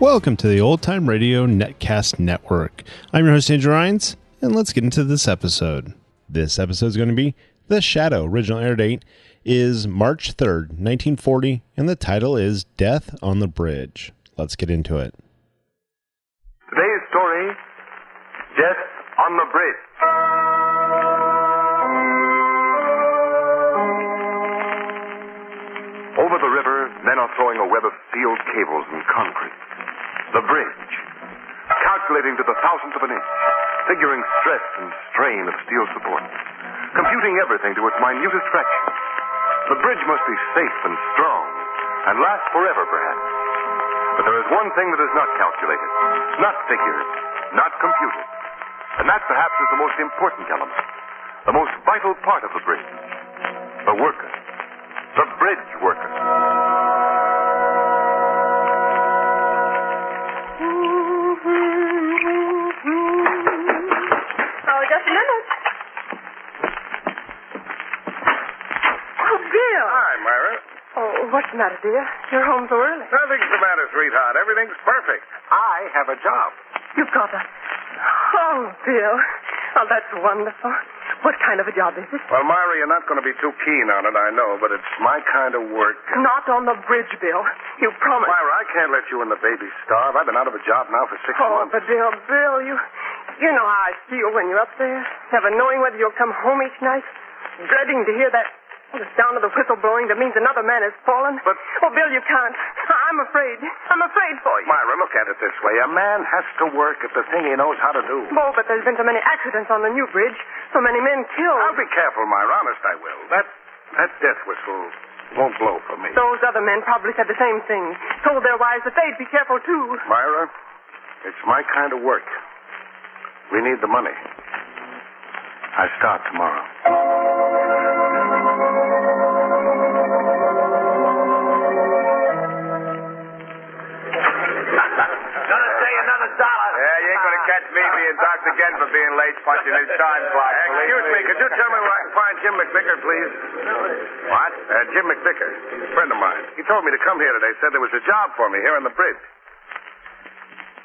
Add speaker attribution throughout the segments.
Speaker 1: Welcome to the Old Time Radio Netcast Network. I'm your host, Andrew Rines, and let's get into this episode. This episode is going to be The Shadow. Original air date is March 3rd, 1940, and the title is Death on the Bridge. Let's get into it.
Speaker 2: Today's story Death on the Bridge. Over the river, men are throwing a web of steel cables and concrete. The bridge. Calculating to the thousandth of an inch, figuring stress and strain of steel support, computing everything to its minutest fraction. The bridge must be safe and strong, and last forever, perhaps. But there is one thing that is not calculated, not figured, not computed. And that perhaps is the most important element, the most vital part of the bridge. The worker. The bridge worker.
Speaker 3: Oh, just a minute. Oh, Bill.
Speaker 4: Hi, Myra.
Speaker 3: Oh, what's the matter, dear? You're home so early.
Speaker 4: Nothing's the matter, sweetheart. Everything's perfect. I have a job.
Speaker 3: You've got a... Oh, Bill. Oh, that's wonderful. What kind of a job is it?
Speaker 4: Well, Myra, you're not going to be too keen on it, I know, but it's my kind of work.
Speaker 3: Not on the bridge, Bill. You promised.
Speaker 4: Myra, I can't let you and the baby starve. I've been out of a job now for six
Speaker 3: Oh,
Speaker 4: months.
Speaker 3: but Bill, Bill, you... You know how I feel when you're up there, never knowing whether you'll come home each night, dreading to hear that... The sound of the whistle blowing that means another man has fallen.
Speaker 4: But-
Speaker 3: Oh, Bill, you can't. I- I'm afraid. I'm afraid for you.
Speaker 4: Myra, look at it this way. A man has to work at the thing he knows how to do.
Speaker 3: Oh, but there's been so many accidents on the new bridge, so many men killed.
Speaker 4: I'll be careful, Myra. Honest, I will. That, that death whistle won't blow for me.
Speaker 3: Those other men probably said the same thing. Told their wives that they'd be careful too.
Speaker 4: Myra, it's my kind of work. We need the money. I start tomorrow.
Speaker 5: Gonna say another dollar.
Speaker 2: Yeah, you ain't gonna catch me being docked again for being late, punching his time clock.
Speaker 4: Excuse me, could you tell me where I can find Jim McVicker, please? What? Uh, Jim McVicker. He's a friend of mine. He told me to come here today, said there was a job for me here on the bridge.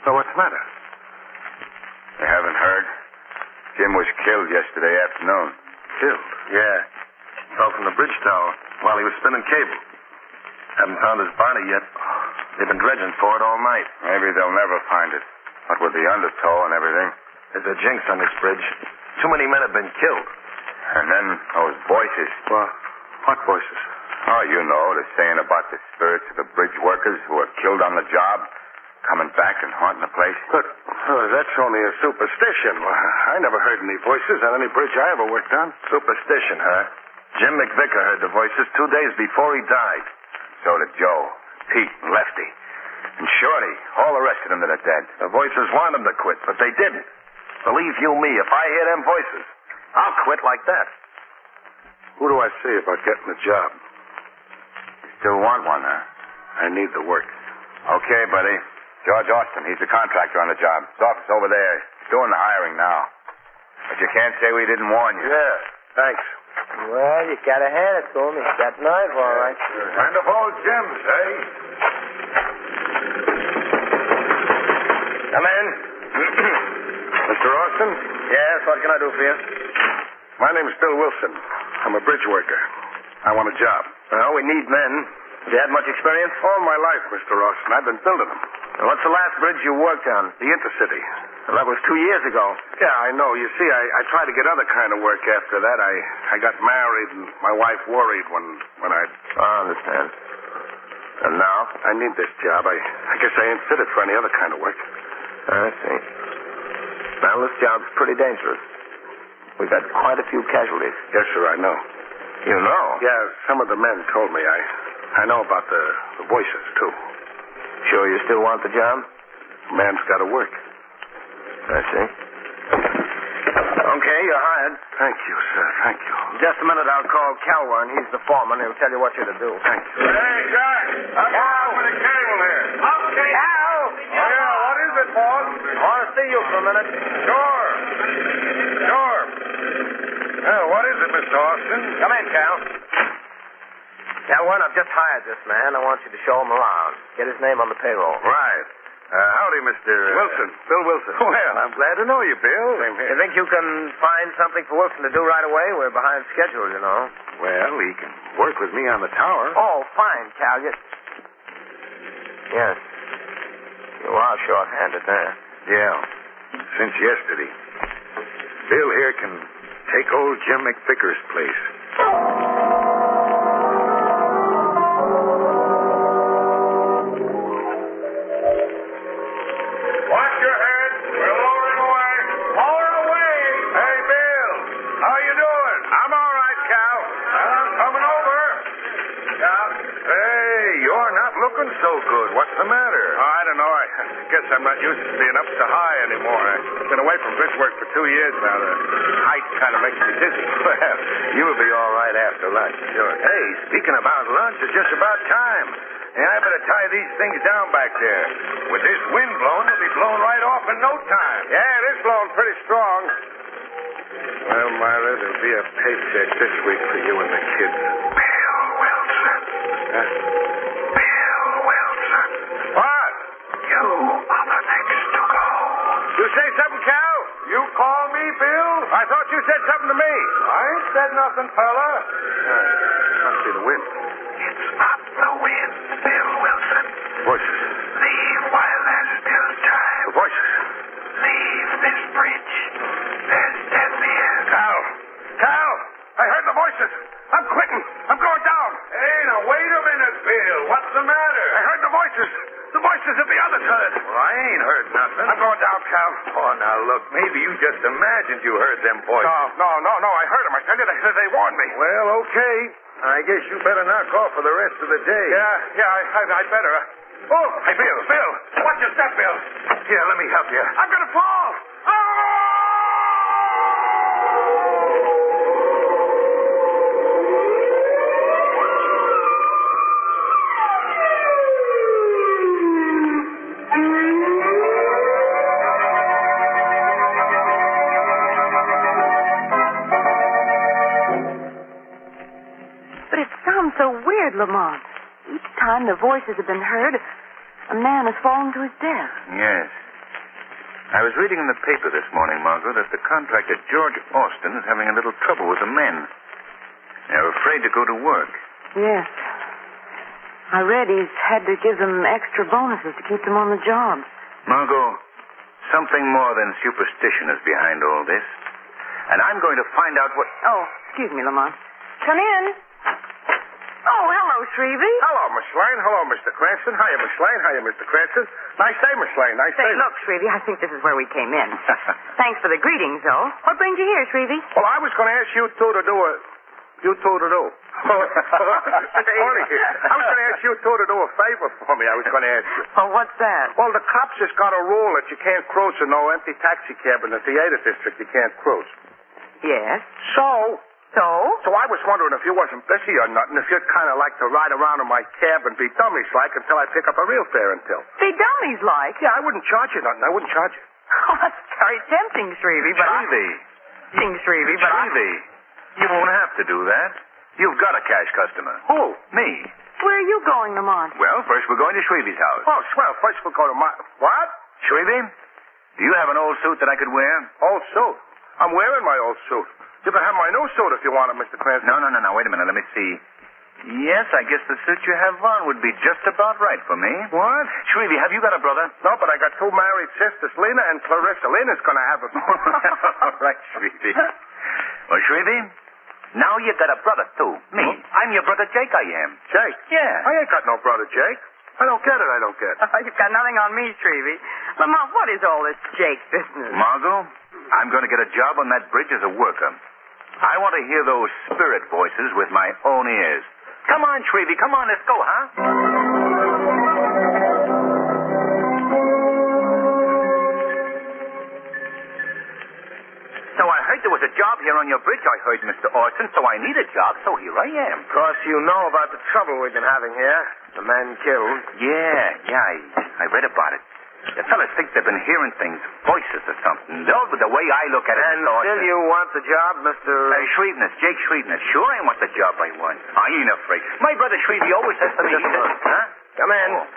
Speaker 4: So what's the matter?
Speaker 2: You haven't heard? Jim was killed yesterday afternoon.
Speaker 4: Killed.
Speaker 2: Yeah.
Speaker 4: Fell from the bridge tower while he was spinning cable. Haven't found his body yet. They've been dredging for it all night.
Speaker 2: Maybe they'll never find it. But with the undertow and everything.
Speaker 4: There's a jinx on this bridge. Too many men have been killed.
Speaker 2: And then those voices.
Speaker 4: Well, what voices?
Speaker 2: Oh, you know, the saying about the spirits of the bridge workers who are killed on the job, coming back and haunting the place.
Speaker 4: But uh, that's only a superstition. I never heard any voices on any bridge I ever worked on. Superstition, huh? Jim McVicker heard the voices two days before he died.
Speaker 2: So did Joe, Pete, and Lefty, and Shorty, all the rest of them that are dead.
Speaker 4: The voices wanted him to quit, but they didn't. Believe you me, if I hear them voices, I'll quit like that. Who do I see about getting the job?
Speaker 2: You still want one, huh?
Speaker 4: I need the work.
Speaker 2: Okay, buddy. George Austin, he's the contractor on the job. His office over there. He's doing the hiring now. But you can't say we didn't warn you.
Speaker 4: Yeah, thanks.
Speaker 5: Well, you gotta hand it to him. He's got nerve, all right.
Speaker 4: Kind of old gems, eh? Come in. Mr. Austin? Yes, what can I do for you? My name's Bill Wilson. I'm a bridge worker. I want a job. Well, we need men. Have you had much experience? All my life, Mr. Austin. I've been building them. What's the last bridge you worked on? The Intercity. that was two years ago. Yeah, I know. You see, I, I tried to get other kind of work after that. I, I got married, and my wife worried when, when I... I understand. And now? I need this job. I, I guess I ain't fitted for any other kind of work.
Speaker 5: I see. Now, this job's pretty dangerous. We've had quite a few casualties.
Speaker 4: Yes, sir, I know.
Speaker 5: You know?
Speaker 4: Yeah, some of the men told me. I, I know about the, the voices, too.
Speaker 5: Sure you still want the job?
Speaker 4: Man's got to work.
Speaker 5: I see. Okay, you're hired.
Speaker 4: Thank you, sir. Thank you.
Speaker 5: Just a minute, I'll call Calwan. He's the foreman. He'll tell you what you're to do.
Speaker 4: Thank you. Hey, guy. I'm out with a cable here. Oh,
Speaker 5: Okay. Al!
Speaker 4: Yeah, what is it, boss?
Speaker 5: want to see you for a minute.
Speaker 4: Sure. Sure. Yeah, what is it, Mr. Austin?
Speaker 5: Come in, Cal. Calwan, I've just hired this man. I want you to show him around. Get his name on the payroll.
Speaker 4: Right. Uh, howdy, Mr. Wilson. Bill Wilson. Well, I'm glad to know you, Bill. Same
Speaker 6: You think you can find something for Wilson to do right away? We're behind schedule, you know.
Speaker 4: Well, he can work with me on the tower.
Speaker 6: Oh, fine, Calgett. Yes. You are short-handed there.
Speaker 4: Yeah, since yesterday. Bill here can take old Jim McVicker's place. Watch your head. We're lowering away. Lowering away. Hey, Bill. How you doing? I'm all right, Cal. I'm coming over. Cal? Hey, you're not looking so good. What's the matter? Oh, I don't know. I guess I'm not used to being up so high anymore. I've been away from this work for two years now. The height kind of makes me dizzy. Well, you'll be all right after lunch. Sure. Hey, speaking about lunch, it's just about time. And I better tie these things down back there. With this wind blowing, they'll be blown right off in no time. Yeah, it is blowing pretty strong. Well, Myra, there'll be a paycheck this week for you and the kids. Bill Wilson. Bill Wilson. What? You are the next to go. You say something, Cal? You call me Bill? I thought you said something to me. I ain't said nothing, fella. must be the wind. It's not the wind, Bill Wilson. Voices. Leave while there's still time. voices. Leave this bridge. There's death here. Cal! Cal! I heard the voices. I'm quitting. I'm going down. Hey, now wait a minute, Bill. What's the matter? I heard the voices. The voices of the others heard. Well, I ain't heard nothing. I'm going down, Cal. Oh, now look. Maybe you just imagined you heard them voices. No, no, no, no. I heard them. I tell you, they, they warned me. Well, okay. I guess you better knock off for the rest of the day. Yeah, yeah. I, I, I better. Oh, hey, Bill, Bill. Watch your step, Bill. Here, let me help you. I'm going to fall.
Speaker 3: But it sounds so weird, Lamont. Each time the voices have been heard, a man has fallen to his death.
Speaker 6: Yes. I was reading in the paper this morning, Margot, that the contractor George Austin is having a little trouble with the men. They're afraid to go to work.
Speaker 3: Yes. I read he's had to give them extra bonuses to keep them on the job.
Speaker 6: Margot, something more than superstition is behind all this. And I'm going to find out what.
Speaker 3: Oh, excuse me, Lamont. Come in. Oh, hello, Shrevey.
Speaker 4: Hello, Miss Lane. Hello, Mr. Cranston. Hiya, Miss Lane. Hiya, Mr. Cranston. Nice day, Miss Lane. Nice
Speaker 3: Say,
Speaker 4: day.
Speaker 3: look, Shrevey, I think this is where we came in. Thanks for the greetings, though. What brings you here, Shrevey?
Speaker 4: Well, I was going to ask you two to do a. You two to do. That's funny. I was going to ask you two to do a favor for me. I was going to ask you.
Speaker 3: Oh, what's that?
Speaker 4: Well, the cops has got a rule that you can't cross in no empty taxi cab in the theater district. You can't cross.
Speaker 3: Yes.
Speaker 4: So,
Speaker 3: So?
Speaker 4: so I was wondering if you wasn't busy or nothing, if you'd kind of like to ride around in my cab and be dummies like until I pick up a real fare until.
Speaker 3: Be dummies like.
Speaker 4: Yeah, I wouldn't charge you nothing. I wouldn't charge you.
Speaker 3: Oh, that's very tempting, Shrevey, but I...
Speaker 6: Shrevey,
Speaker 3: Tempting, Shrevey, but I...
Speaker 6: Shrevey, you won't have to do that. You've got a cash customer.
Speaker 4: Who?
Speaker 6: Me.
Speaker 3: Where are you going, Lamont?
Speaker 6: Well, first we're going to Shrevey's house.
Speaker 4: Oh, swell. First we'll go to my. What?
Speaker 6: Shrevey, do you have an old suit that I could wear?
Speaker 4: Old suit. I'm wearing my old suit. You can have my new suit if you want it, Mr. Cranston.
Speaker 6: No, no, no, no. Wait a minute. Let me see. Yes, I guess the suit you have on would be just about right for me.
Speaker 4: What?
Speaker 6: Shrevey, have you got a brother?
Speaker 4: No, but I got two married sisters, Lena and Clarissa. Lena's going to have it.
Speaker 6: All right, Shrevey. Well, Shrevey, now you got a brother, too. Me. I'm your brother Jake, I am.
Speaker 4: Jake.
Speaker 6: Yeah.
Speaker 4: I
Speaker 6: Uh,
Speaker 4: ain't got no brother, Jake. I don't get it. I don't get it.
Speaker 3: Oh, You've got nothing on me, Shrevey. Lamont, what is all this Jake business?
Speaker 6: Margot, I'm going to get a job on that bridge as a worker. I want to hear those spirit voices with my own ears. Come on, Shrevey. Come on, let's go, huh? So I heard there was a job here on your bridge, I heard, Mr. Orson, so I need a job, so here I am.
Speaker 7: Of course, you know about the trouble we've been having here. The man killed.
Speaker 6: Yeah, yeah, I, I read about it. The fellas think they've been hearing things, voices or something. Though, the way I look at it,
Speaker 7: And
Speaker 6: Mr.
Speaker 7: still
Speaker 6: Orson-
Speaker 7: you want the job, Mr.
Speaker 6: Hey, Shreveness, Jake Shreveness. Sure, I want the job I want. I ain't afraid. My brother Shrevey always says to me,
Speaker 7: Just a minute.
Speaker 6: huh?
Speaker 7: Come in.
Speaker 6: Oh.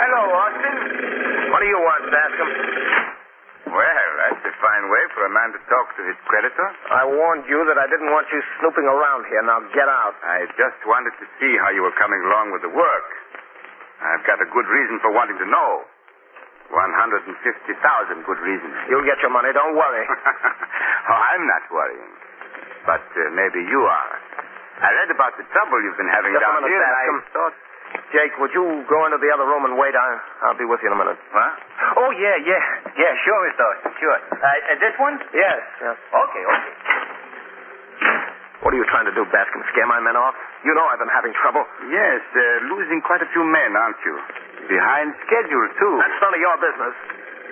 Speaker 6: Hello, Austin. What do you want, Bascom?
Speaker 4: Well, that's a fine way for a man to talk to his creditor.
Speaker 6: I warned you that I didn't want you snooping around here. Now get out.
Speaker 4: I just wanted to see how you were coming along with the work. I've got a good reason for wanting to know. 150,000 good reasons.
Speaker 6: You'll get your money. Don't worry.
Speaker 4: oh, I'm not worrying. But uh, maybe you are. I read about the trouble you've been having
Speaker 6: Just a
Speaker 4: down
Speaker 6: minute,
Speaker 4: here, and
Speaker 6: Bascom.
Speaker 4: I thought...
Speaker 6: Jake, would you go into the other room and wait? I, I'll be with you in a minute.
Speaker 4: What? Oh, yeah, yeah. Yeah, sure, Mr. Austin, sure. Uh, uh, this one?
Speaker 6: Yes, yes.
Speaker 4: Okay, okay.
Speaker 6: What are you trying to do, Bascom? Scare my men off? You know I've been having trouble.
Speaker 4: Yes, uh, losing quite a few men, aren't you? Behind schedule, too.
Speaker 6: That's none of your business.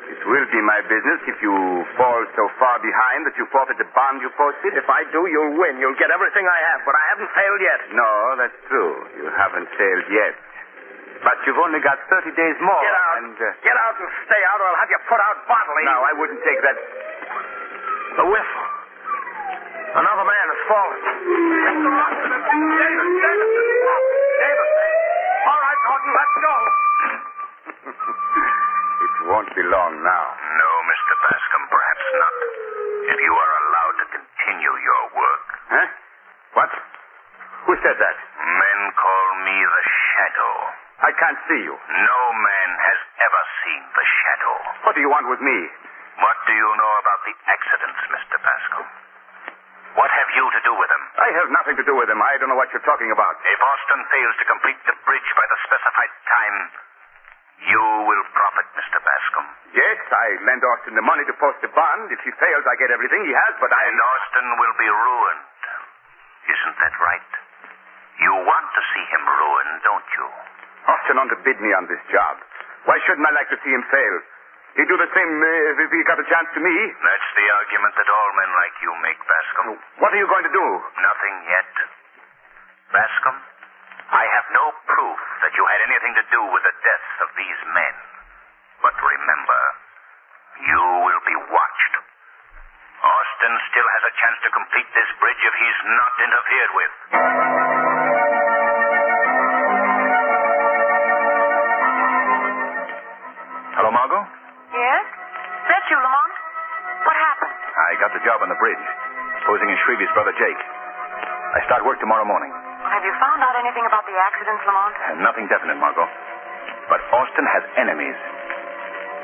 Speaker 4: It will be my business if you fall so far behind that you forfeit the bond you posted.
Speaker 6: If I do, you'll win. You'll get everything I have, but I haven't failed yet.
Speaker 4: No, that's true. You haven't failed yet. But you've only got 30 days more.
Speaker 6: Get out.
Speaker 4: And, uh,
Speaker 6: Get out and stay out, or I'll have you put out bodily.
Speaker 4: now, I wouldn't take that.
Speaker 6: The whistle. Another man has fallen. Mr. Watson, it's Davis, Davis, Davis. All right, Norton, let's go.
Speaker 4: It won't be long now.
Speaker 8: No, Mr. Bascom, perhaps not. If you are allowed to continue your work,
Speaker 4: Huh? What? Who said that?
Speaker 8: men call me the Shadow.
Speaker 4: I can't see you.
Speaker 8: No man has ever seen the Shadow.
Speaker 4: What do you want with me?
Speaker 8: What do you know about the accidents, Mr. Bascom? What have you to do with them?
Speaker 4: I have nothing to do with them. I don't know what you're talking about.
Speaker 8: If Austin fails to complete the bridge by the specified time, you will profit, Mr. Bascom.
Speaker 4: Yes, I lend Austin the money to post the bond. If he fails, I get everything he has, but I.
Speaker 8: And Austin will be ruined. Isn't that right? You want to see him ruined, don't you?
Speaker 4: Austin underbid me on this job. Why shouldn't I like to see him fail? He'd do the same uh, if he got a chance to me.
Speaker 8: That's the argument that all men like you make, Bascom.
Speaker 4: What are you going to do?
Speaker 8: Nothing yet. Bascom, I have no proof that you had anything to do with the deaths of these men. But remember, you will be watched. Austin still has a chance to complete this bridge if he's not interfered with.
Speaker 4: Hello, Margot.
Speaker 3: Yes? Is that you, Lamont? What happened?
Speaker 4: I got the job on the bridge, posing as Shreve's brother Jake. I start work tomorrow morning.
Speaker 3: Have you found out anything about the accidents, Lamont?
Speaker 4: Nothing definite, Margot. But Austin has enemies.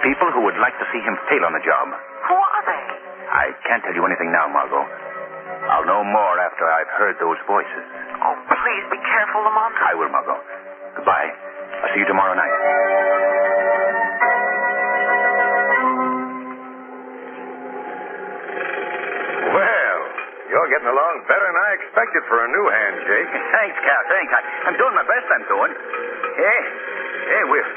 Speaker 4: People who would like to see him fail on the job.
Speaker 3: Who are they?
Speaker 4: I can't tell you anything now, Margot. I'll know more after I've heard those voices.
Speaker 3: Oh, please be careful, Lamont.
Speaker 4: I will, Margot. Goodbye. I'll see you tomorrow night.
Speaker 6: Well, you're getting along better than I expected for a new hand, Jake.
Speaker 4: Thanks, Cal. Thanks. I, I'm doing my best. I'm doing. Hey, hey, we're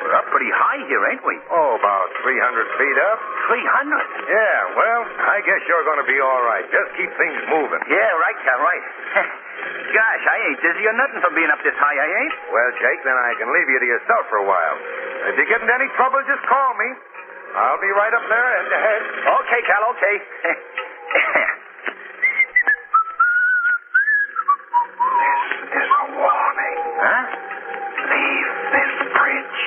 Speaker 4: we're up pretty high here, ain't we?
Speaker 6: Oh, about 300 feet up.
Speaker 4: Three hundred.
Speaker 6: Yeah, well, I guess you're going to be all right. Just keep things moving.
Speaker 4: Yeah, right, Cal. Right. Gosh, I ain't dizzy or nothing from being up this high. I ain't.
Speaker 6: Well, Jake, then I can leave you to yourself for a while. If you get into any trouble, just call me. I'll be right up there head to head.
Speaker 4: Okay, Cal. Okay.
Speaker 8: This is a warning.
Speaker 4: huh?
Speaker 8: Leave this bridge.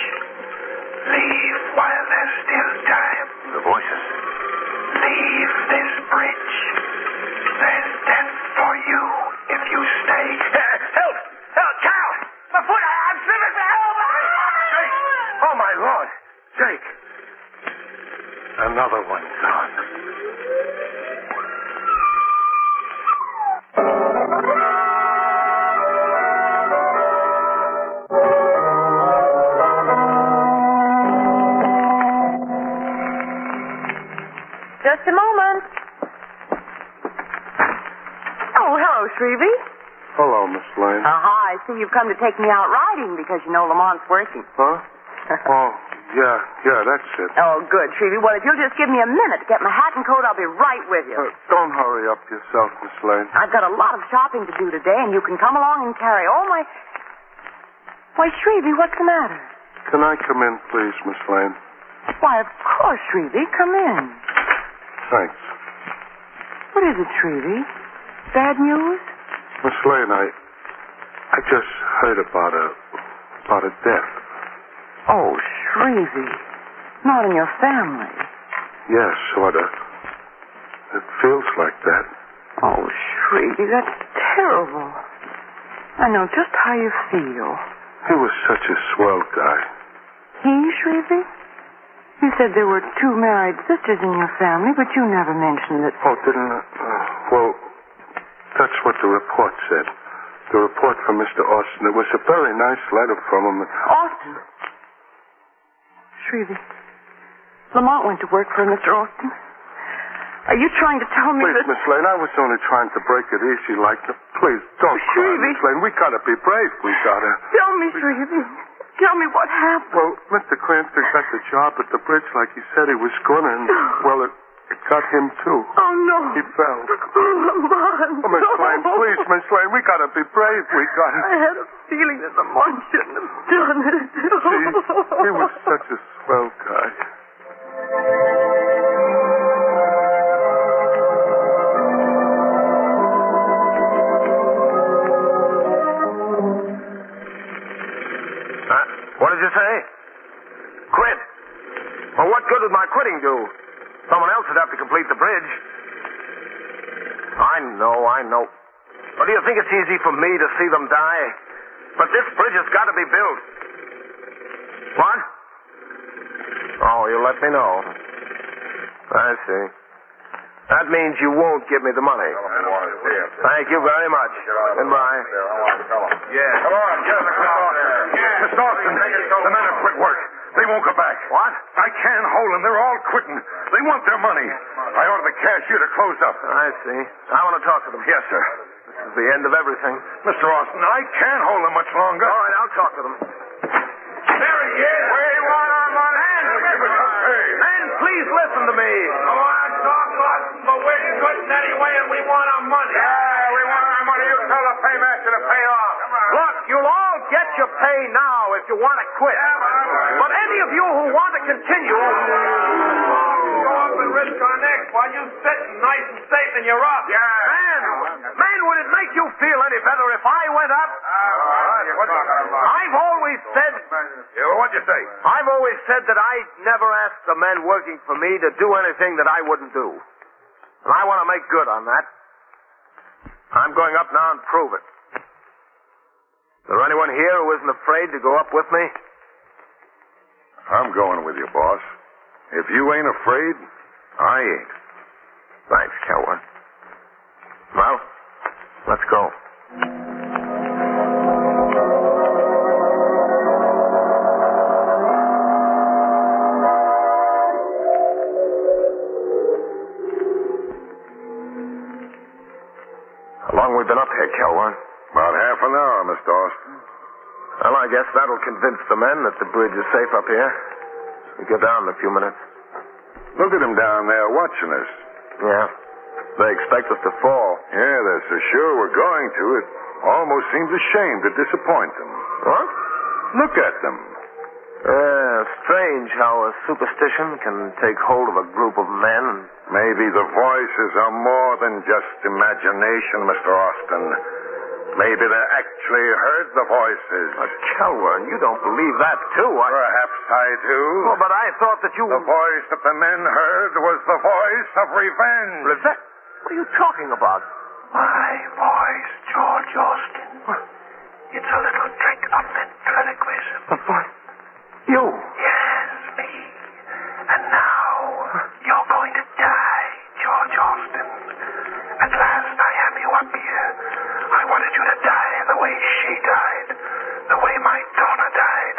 Speaker 8: Leave while there's still time.
Speaker 4: The voices.
Speaker 8: Leave this bridge. There's death for you if you stay.
Speaker 6: Help! Help, Cal! My foot! I- I'm slipping! Help! Jake! Oh, my Lord! Jake! Another one gone.
Speaker 3: Just a moment. Oh, hello, Shrevey.
Speaker 6: Hello, Miss Lane.
Speaker 3: Aha, I see you've come to take me out riding because you know Lamont's working.
Speaker 6: Huh? Oh, yeah, yeah, that's it.
Speaker 3: Oh, good, Shrevey. Well, if you'll just give me a minute to get my hat and coat, I'll be right with you.
Speaker 6: Uh, don't hurry up yourself, Miss Lane.
Speaker 3: I've got a lot of shopping to do today, and you can come along and carry all my. Why, Shrevey, what's the matter?
Speaker 6: Can I come in, please, Miss Lane?
Speaker 3: Why, of course, Shrevey. Come in.
Speaker 6: Thanks.
Speaker 3: What is it, Shrevey? Bad news?
Speaker 6: Miss Lane, I I just heard about a about a death.
Speaker 3: crazy. Oh, Not in your family.
Speaker 9: Yes, sort of. It feels like that.
Speaker 3: Oh, Shrevey, that's terrible. I know just how you feel.
Speaker 9: He was such a swell guy.
Speaker 3: He, Shrevey? You said there were two married sisters in your family, but you never mentioned that.
Speaker 9: Oh, didn't. I? Uh, well, that's what the report said. The report from Mr. Austin. It was a very nice letter from him.
Speaker 3: Austin. Shrevey, Lamont went to work for Mr. Austin. Are you trying to tell me
Speaker 9: Please,
Speaker 3: that...
Speaker 9: Miss Lane, I was only trying to break it easy like that. Please, don't cry,
Speaker 3: Shrevey.
Speaker 9: Miss Lane. We gotta be brave. We gotta.
Speaker 3: Tell me, Shrevey. Tell me what happened.
Speaker 9: Well, Mr. Cranston got the job at the bridge like he said he was gonna, and, well, it, it got him too.
Speaker 3: Oh, no.
Speaker 9: He fell.
Speaker 3: Oh, Lamont.
Speaker 9: Oh, Miss Lane, please, Miss Lane, we gotta be brave. We gotta.
Speaker 3: I had a feeling that Lamont shouldn't have done it.
Speaker 9: Gee, he was such a swell guy.
Speaker 4: Huh? What did you say? Quit. Well, what good would my quitting do? Someone else would have to complete the bridge. I know, I know. But do you think it's easy for me to see them die? But this bridge has got to be built. What? Oh, you let me know. I see. That means you won't give me the money. Thank you very much. Goodbye.
Speaker 6: Yeah. Come on, get in the car. Yeah. Miss Austin, the men have quit work. They won't come back.
Speaker 4: What?
Speaker 6: I can't hold them. They're all quitting. They want their money. I ordered the cashier to close up.
Speaker 4: I see. I want to talk to them.
Speaker 6: Yes, sir.
Speaker 4: This is the end of everything.
Speaker 6: Mr. Austin, I can't hold them much longer.
Speaker 4: All right, I'll talk to them.
Speaker 6: There he is. We want our money. Men,
Speaker 4: Men, please listen to me.
Speaker 6: Oh, but we're quitting anyway, and we want our money. Yeah, we want our money. You tell the paymaster to pay off.
Speaker 4: Look, you'll all get your pay now if you want to quit. But any of you who want to continue.
Speaker 6: Go up and risk our necks while you sitting nice and safe in your office.
Speaker 4: Man, man, would it make you feel any better if I went up?
Speaker 6: Uh,
Speaker 4: I've always said,
Speaker 6: what'd you say?
Speaker 4: I've always said that I never asked the men working for me to do anything that I wouldn't do. And I want to make good on that. I'm going up now and prove it. Is there anyone here who isn't afraid to go up with me?
Speaker 6: I'm going with you, boss. If you ain't afraid,
Speaker 4: I ain't. Thanks, cowboy. Well, let's go. How long we been up here, Kelwan?
Speaker 6: about half an hour, Mr. Austin.
Speaker 4: Well, I guess that'll convince the men that the bridge is safe up here. We go down in a few minutes.
Speaker 6: Look at them down there watching us.
Speaker 4: Yeah. They expect us to fall.
Speaker 6: Yeah, they're so sure we're going to. It almost seems a shame to disappoint them.
Speaker 4: What?
Speaker 6: Look at them.
Speaker 4: Yeah, Uh, strange how a superstition can take hold of a group of men.
Speaker 6: Maybe the voices are more than just imagination, Mr. Austin. Maybe they actually heard the voices.
Speaker 4: But Calwern, you don't believe that, too. I...
Speaker 6: Perhaps I do.
Speaker 4: Well, but I thought that you...
Speaker 6: The voice that the men heard was the voice of revenge.
Speaker 4: Revenge? What are you talking about?
Speaker 8: My voice, George Austin. It's a little trick of ventriloquism.
Speaker 4: What? You.
Speaker 8: Yes, me. And now you're going to die, George Austin. At last I have you up here. I wanted you to die the way she died, the way my daughter died,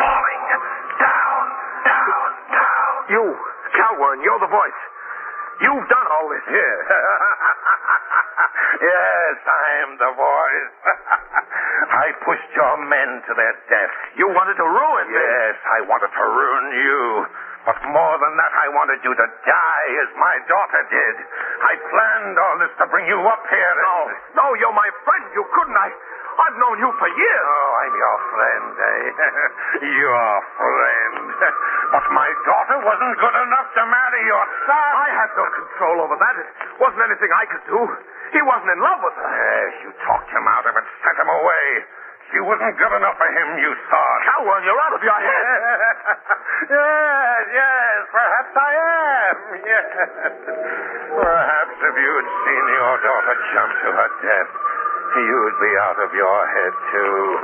Speaker 8: falling down, down, down.
Speaker 4: You. Calwern, you're the voice. You've done all this.
Speaker 6: Yeah. yes, I am the voice. I pushed your men to their death.
Speaker 4: You wanted to ruin me.
Speaker 6: Yes, I wanted to ruin you. But more than that, I wanted you to die as my daughter did. I planned all this to bring you up here. and-
Speaker 4: No, no, you're my friend. You couldn't. I, I've known you for years.
Speaker 6: Oh, I'm your friend, eh? your friend. But my daughter wasn't good enough to marry your son.
Speaker 4: I had no control over that. It wasn't anything I could do. He wasn't in love with her.
Speaker 6: Yes, you talked him out of it, sent him away. She wasn't good enough for him, you saw.
Speaker 4: Calwern, you're out of your head. Yes, yes, perhaps I am. Yes. Perhaps if you'd seen your daughter jump to her death, you'd be out of your head, too.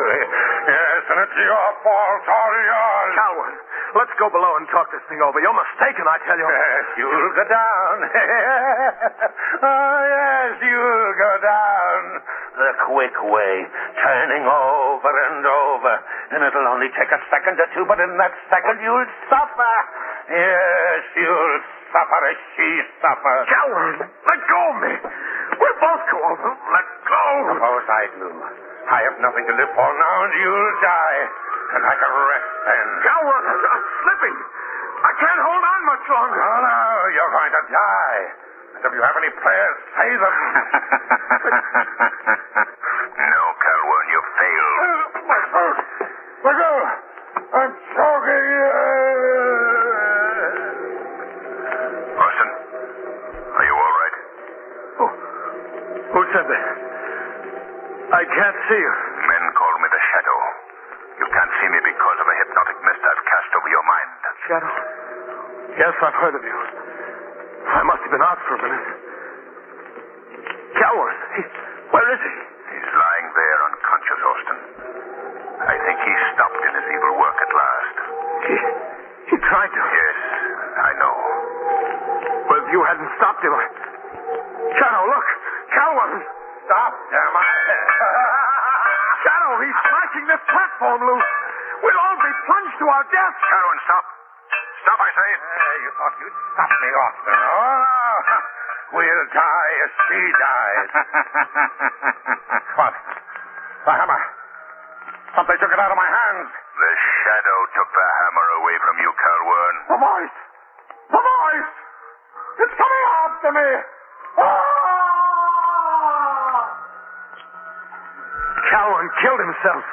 Speaker 4: Yes, and it's your fault, all yours.
Speaker 6: Calwin, let's go below and talk this thing over. You're mistaken, I tell you.
Speaker 4: Yes, you'll go down. oh, yes, you'll go down. The quick way, turning over and over. And it'll only take a second or two, but in that second you'll suffer. Yes, you'll suffer as she suffers.
Speaker 6: Calwin, let go of me. We'll both go over. Let go.
Speaker 4: Suppose I do. I have nothing to live for now, and you'll die. And I can rest then.
Speaker 6: Calwin, I'm slipping. I can't hold on much longer.
Speaker 4: No, Oh, no, you're going to die. And if you have any prayers, say them.
Speaker 8: No, Calwin, you failed.
Speaker 4: Uh, My throat! My throat! I'm uh, choking!
Speaker 8: Austin, are you all right?
Speaker 6: Who, who said Oh, that? I can't see you.
Speaker 8: Men call me the Shadow. You can't see me because of a hypnotic mist I've cast over your mind.
Speaker 6: Shadow. Yes, I've heard of you. I must have been out for a minute. Calwin, he, where is he?
Speaker 8: He's lying there unconscious, Austin. I think he stopped in his evil work at last.
Speaker 6: He, he tried to.
Speaker 8: Yes, I know.
Speaker 6: Well, if you hadn't stopped him, I... Shadow, look! Calwin!
Speaker 4: Stop, damn it!
Speaker 6: Shadow, he's smashing this platform loose! We'll all be plunged to our death!
Speaker 8: Calwin, stop. Stop, I say.
Speaker 4: Hey, you thought you'd stop me, Austin. Oh, no. We'll die as she dies. what? The hammer. Somebody took it out of my hands.
Speaker 8: The Shadow took the hammer away from you, Calwin.
Speaker 4: The voice! The voice! It's coming after me! Ah!
Speaker 6: Calwin killed himself.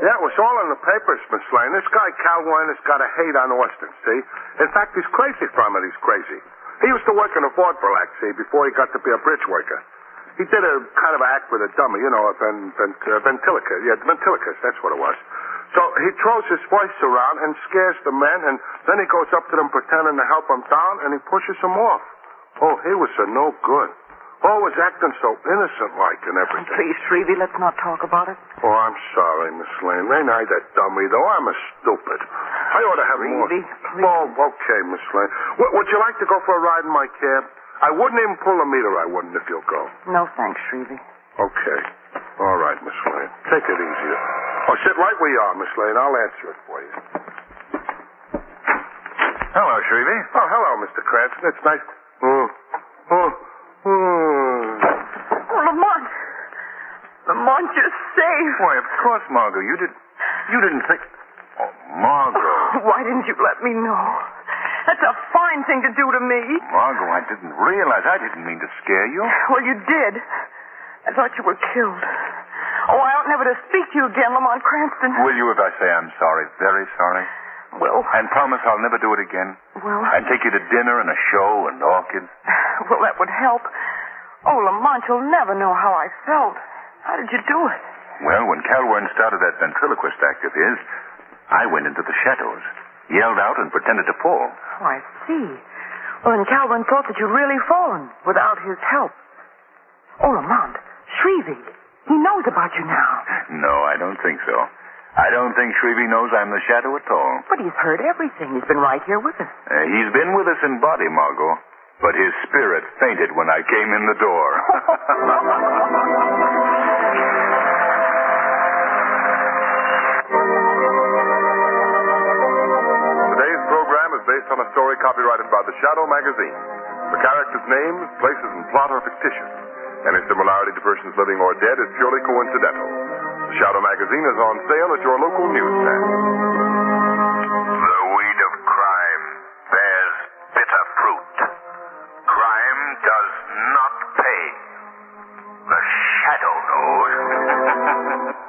Speaker 9: Yeah, it was all in the papers, Miss Lane. This guy, Calwine, has got a hate on Austin, see? In fact, he's crazy from it. He's crazy. He used to work in a vaudeville act, see, before he got to be a bridge worker. He did a kind of act with a dummy, you know, a ven, ven, uh, ventilica. Yeah, ventilicus, that's what it was. So he throws his voice around and scares the men, and then he goes up to them pretending to help them down, and he pushes them off. Oh, he was a no good. Always acting so innocent-like and
Speaker 3: Oh,
Speaker 9: everything.
Speaker 3: please, Shrevey, let's not talk about it.
Speaker 9: Oh, I'm sorry, Miss Lane. Ain't I that dummy, though? I'm a stupid. I ought to have more.
Speaker 3: Really? Please.
Speaker 9: Oh, okay, Miss Lane. W- would you like to go for a ride in my cab? I wouldn't even pull a meter, I wouldn't, if you'll go.
Speaker 3: No, thanks, Shrevey.
Speaker 9: Okay. All right, Miss Lane. Take it easier. Oh, sit right where you are, Miss Lane. I'll answer it for you.
Speaker 8: Hello, Shrevey.
Speaker 9: Oh, hello, Mr. Cranston. It's nice. Mm. Mm. Mm.
Speaker 3: Oh, Lamont. Lamont, you're safe.
Speaker 8: Why, of course, Margot. You did. You didn't think. Oh, Margot.
Speaker 3: Why didn't you let me know? That's a fine thing to do to me.
Speaker 8: Margot, I didn't realize. I didn't mean to scare you.
Speaker 3: Well, you did. I thought you were killed. Oh, I ought never to speak to you again, Lamont Cranston.
Speaker 8: Will you if I say I'm sorry, very sorry?
Speaker 3: Well,
Speaker 8: And promise I'll never do it again?
Speaker 3: well,
Speaker 8: And take you to dinner and a show and orchids?
Speaker 3: well, that would help. Oh, Lamont, you'll never know how I felt. How did you do it?
Speaker 8: Well, when Calwern started that ventriloquist act of his, I went into the shadows, yelled out, and pretended to fall.
Speaker 3: Oh, I see. Well, then Calvin thought that you'd really fallen without his help. Oh, Lamont, Shrevey, he knows about you now.
Speaker 8: No, I don't think so. I don't think Shrevey knows I'm the shadow at all.
Speaker 3: But he's heard everything. He's been right here with us.
Speaker 8: Uh, he's been with us in body, Margot, but his spirit fainted when I came in the door.
Speaker 9: Today's program is based on a story copyrighted by The Shadow magazine. The characters' names, places, and plot are fictitious. Any similarity to persons living or dead is purely coincidental. The Shadow magazine is on sale at your local newsstand.
Speaker 8: The weed of crime bears bitter fruit. Crime does not pay. The shadow knows.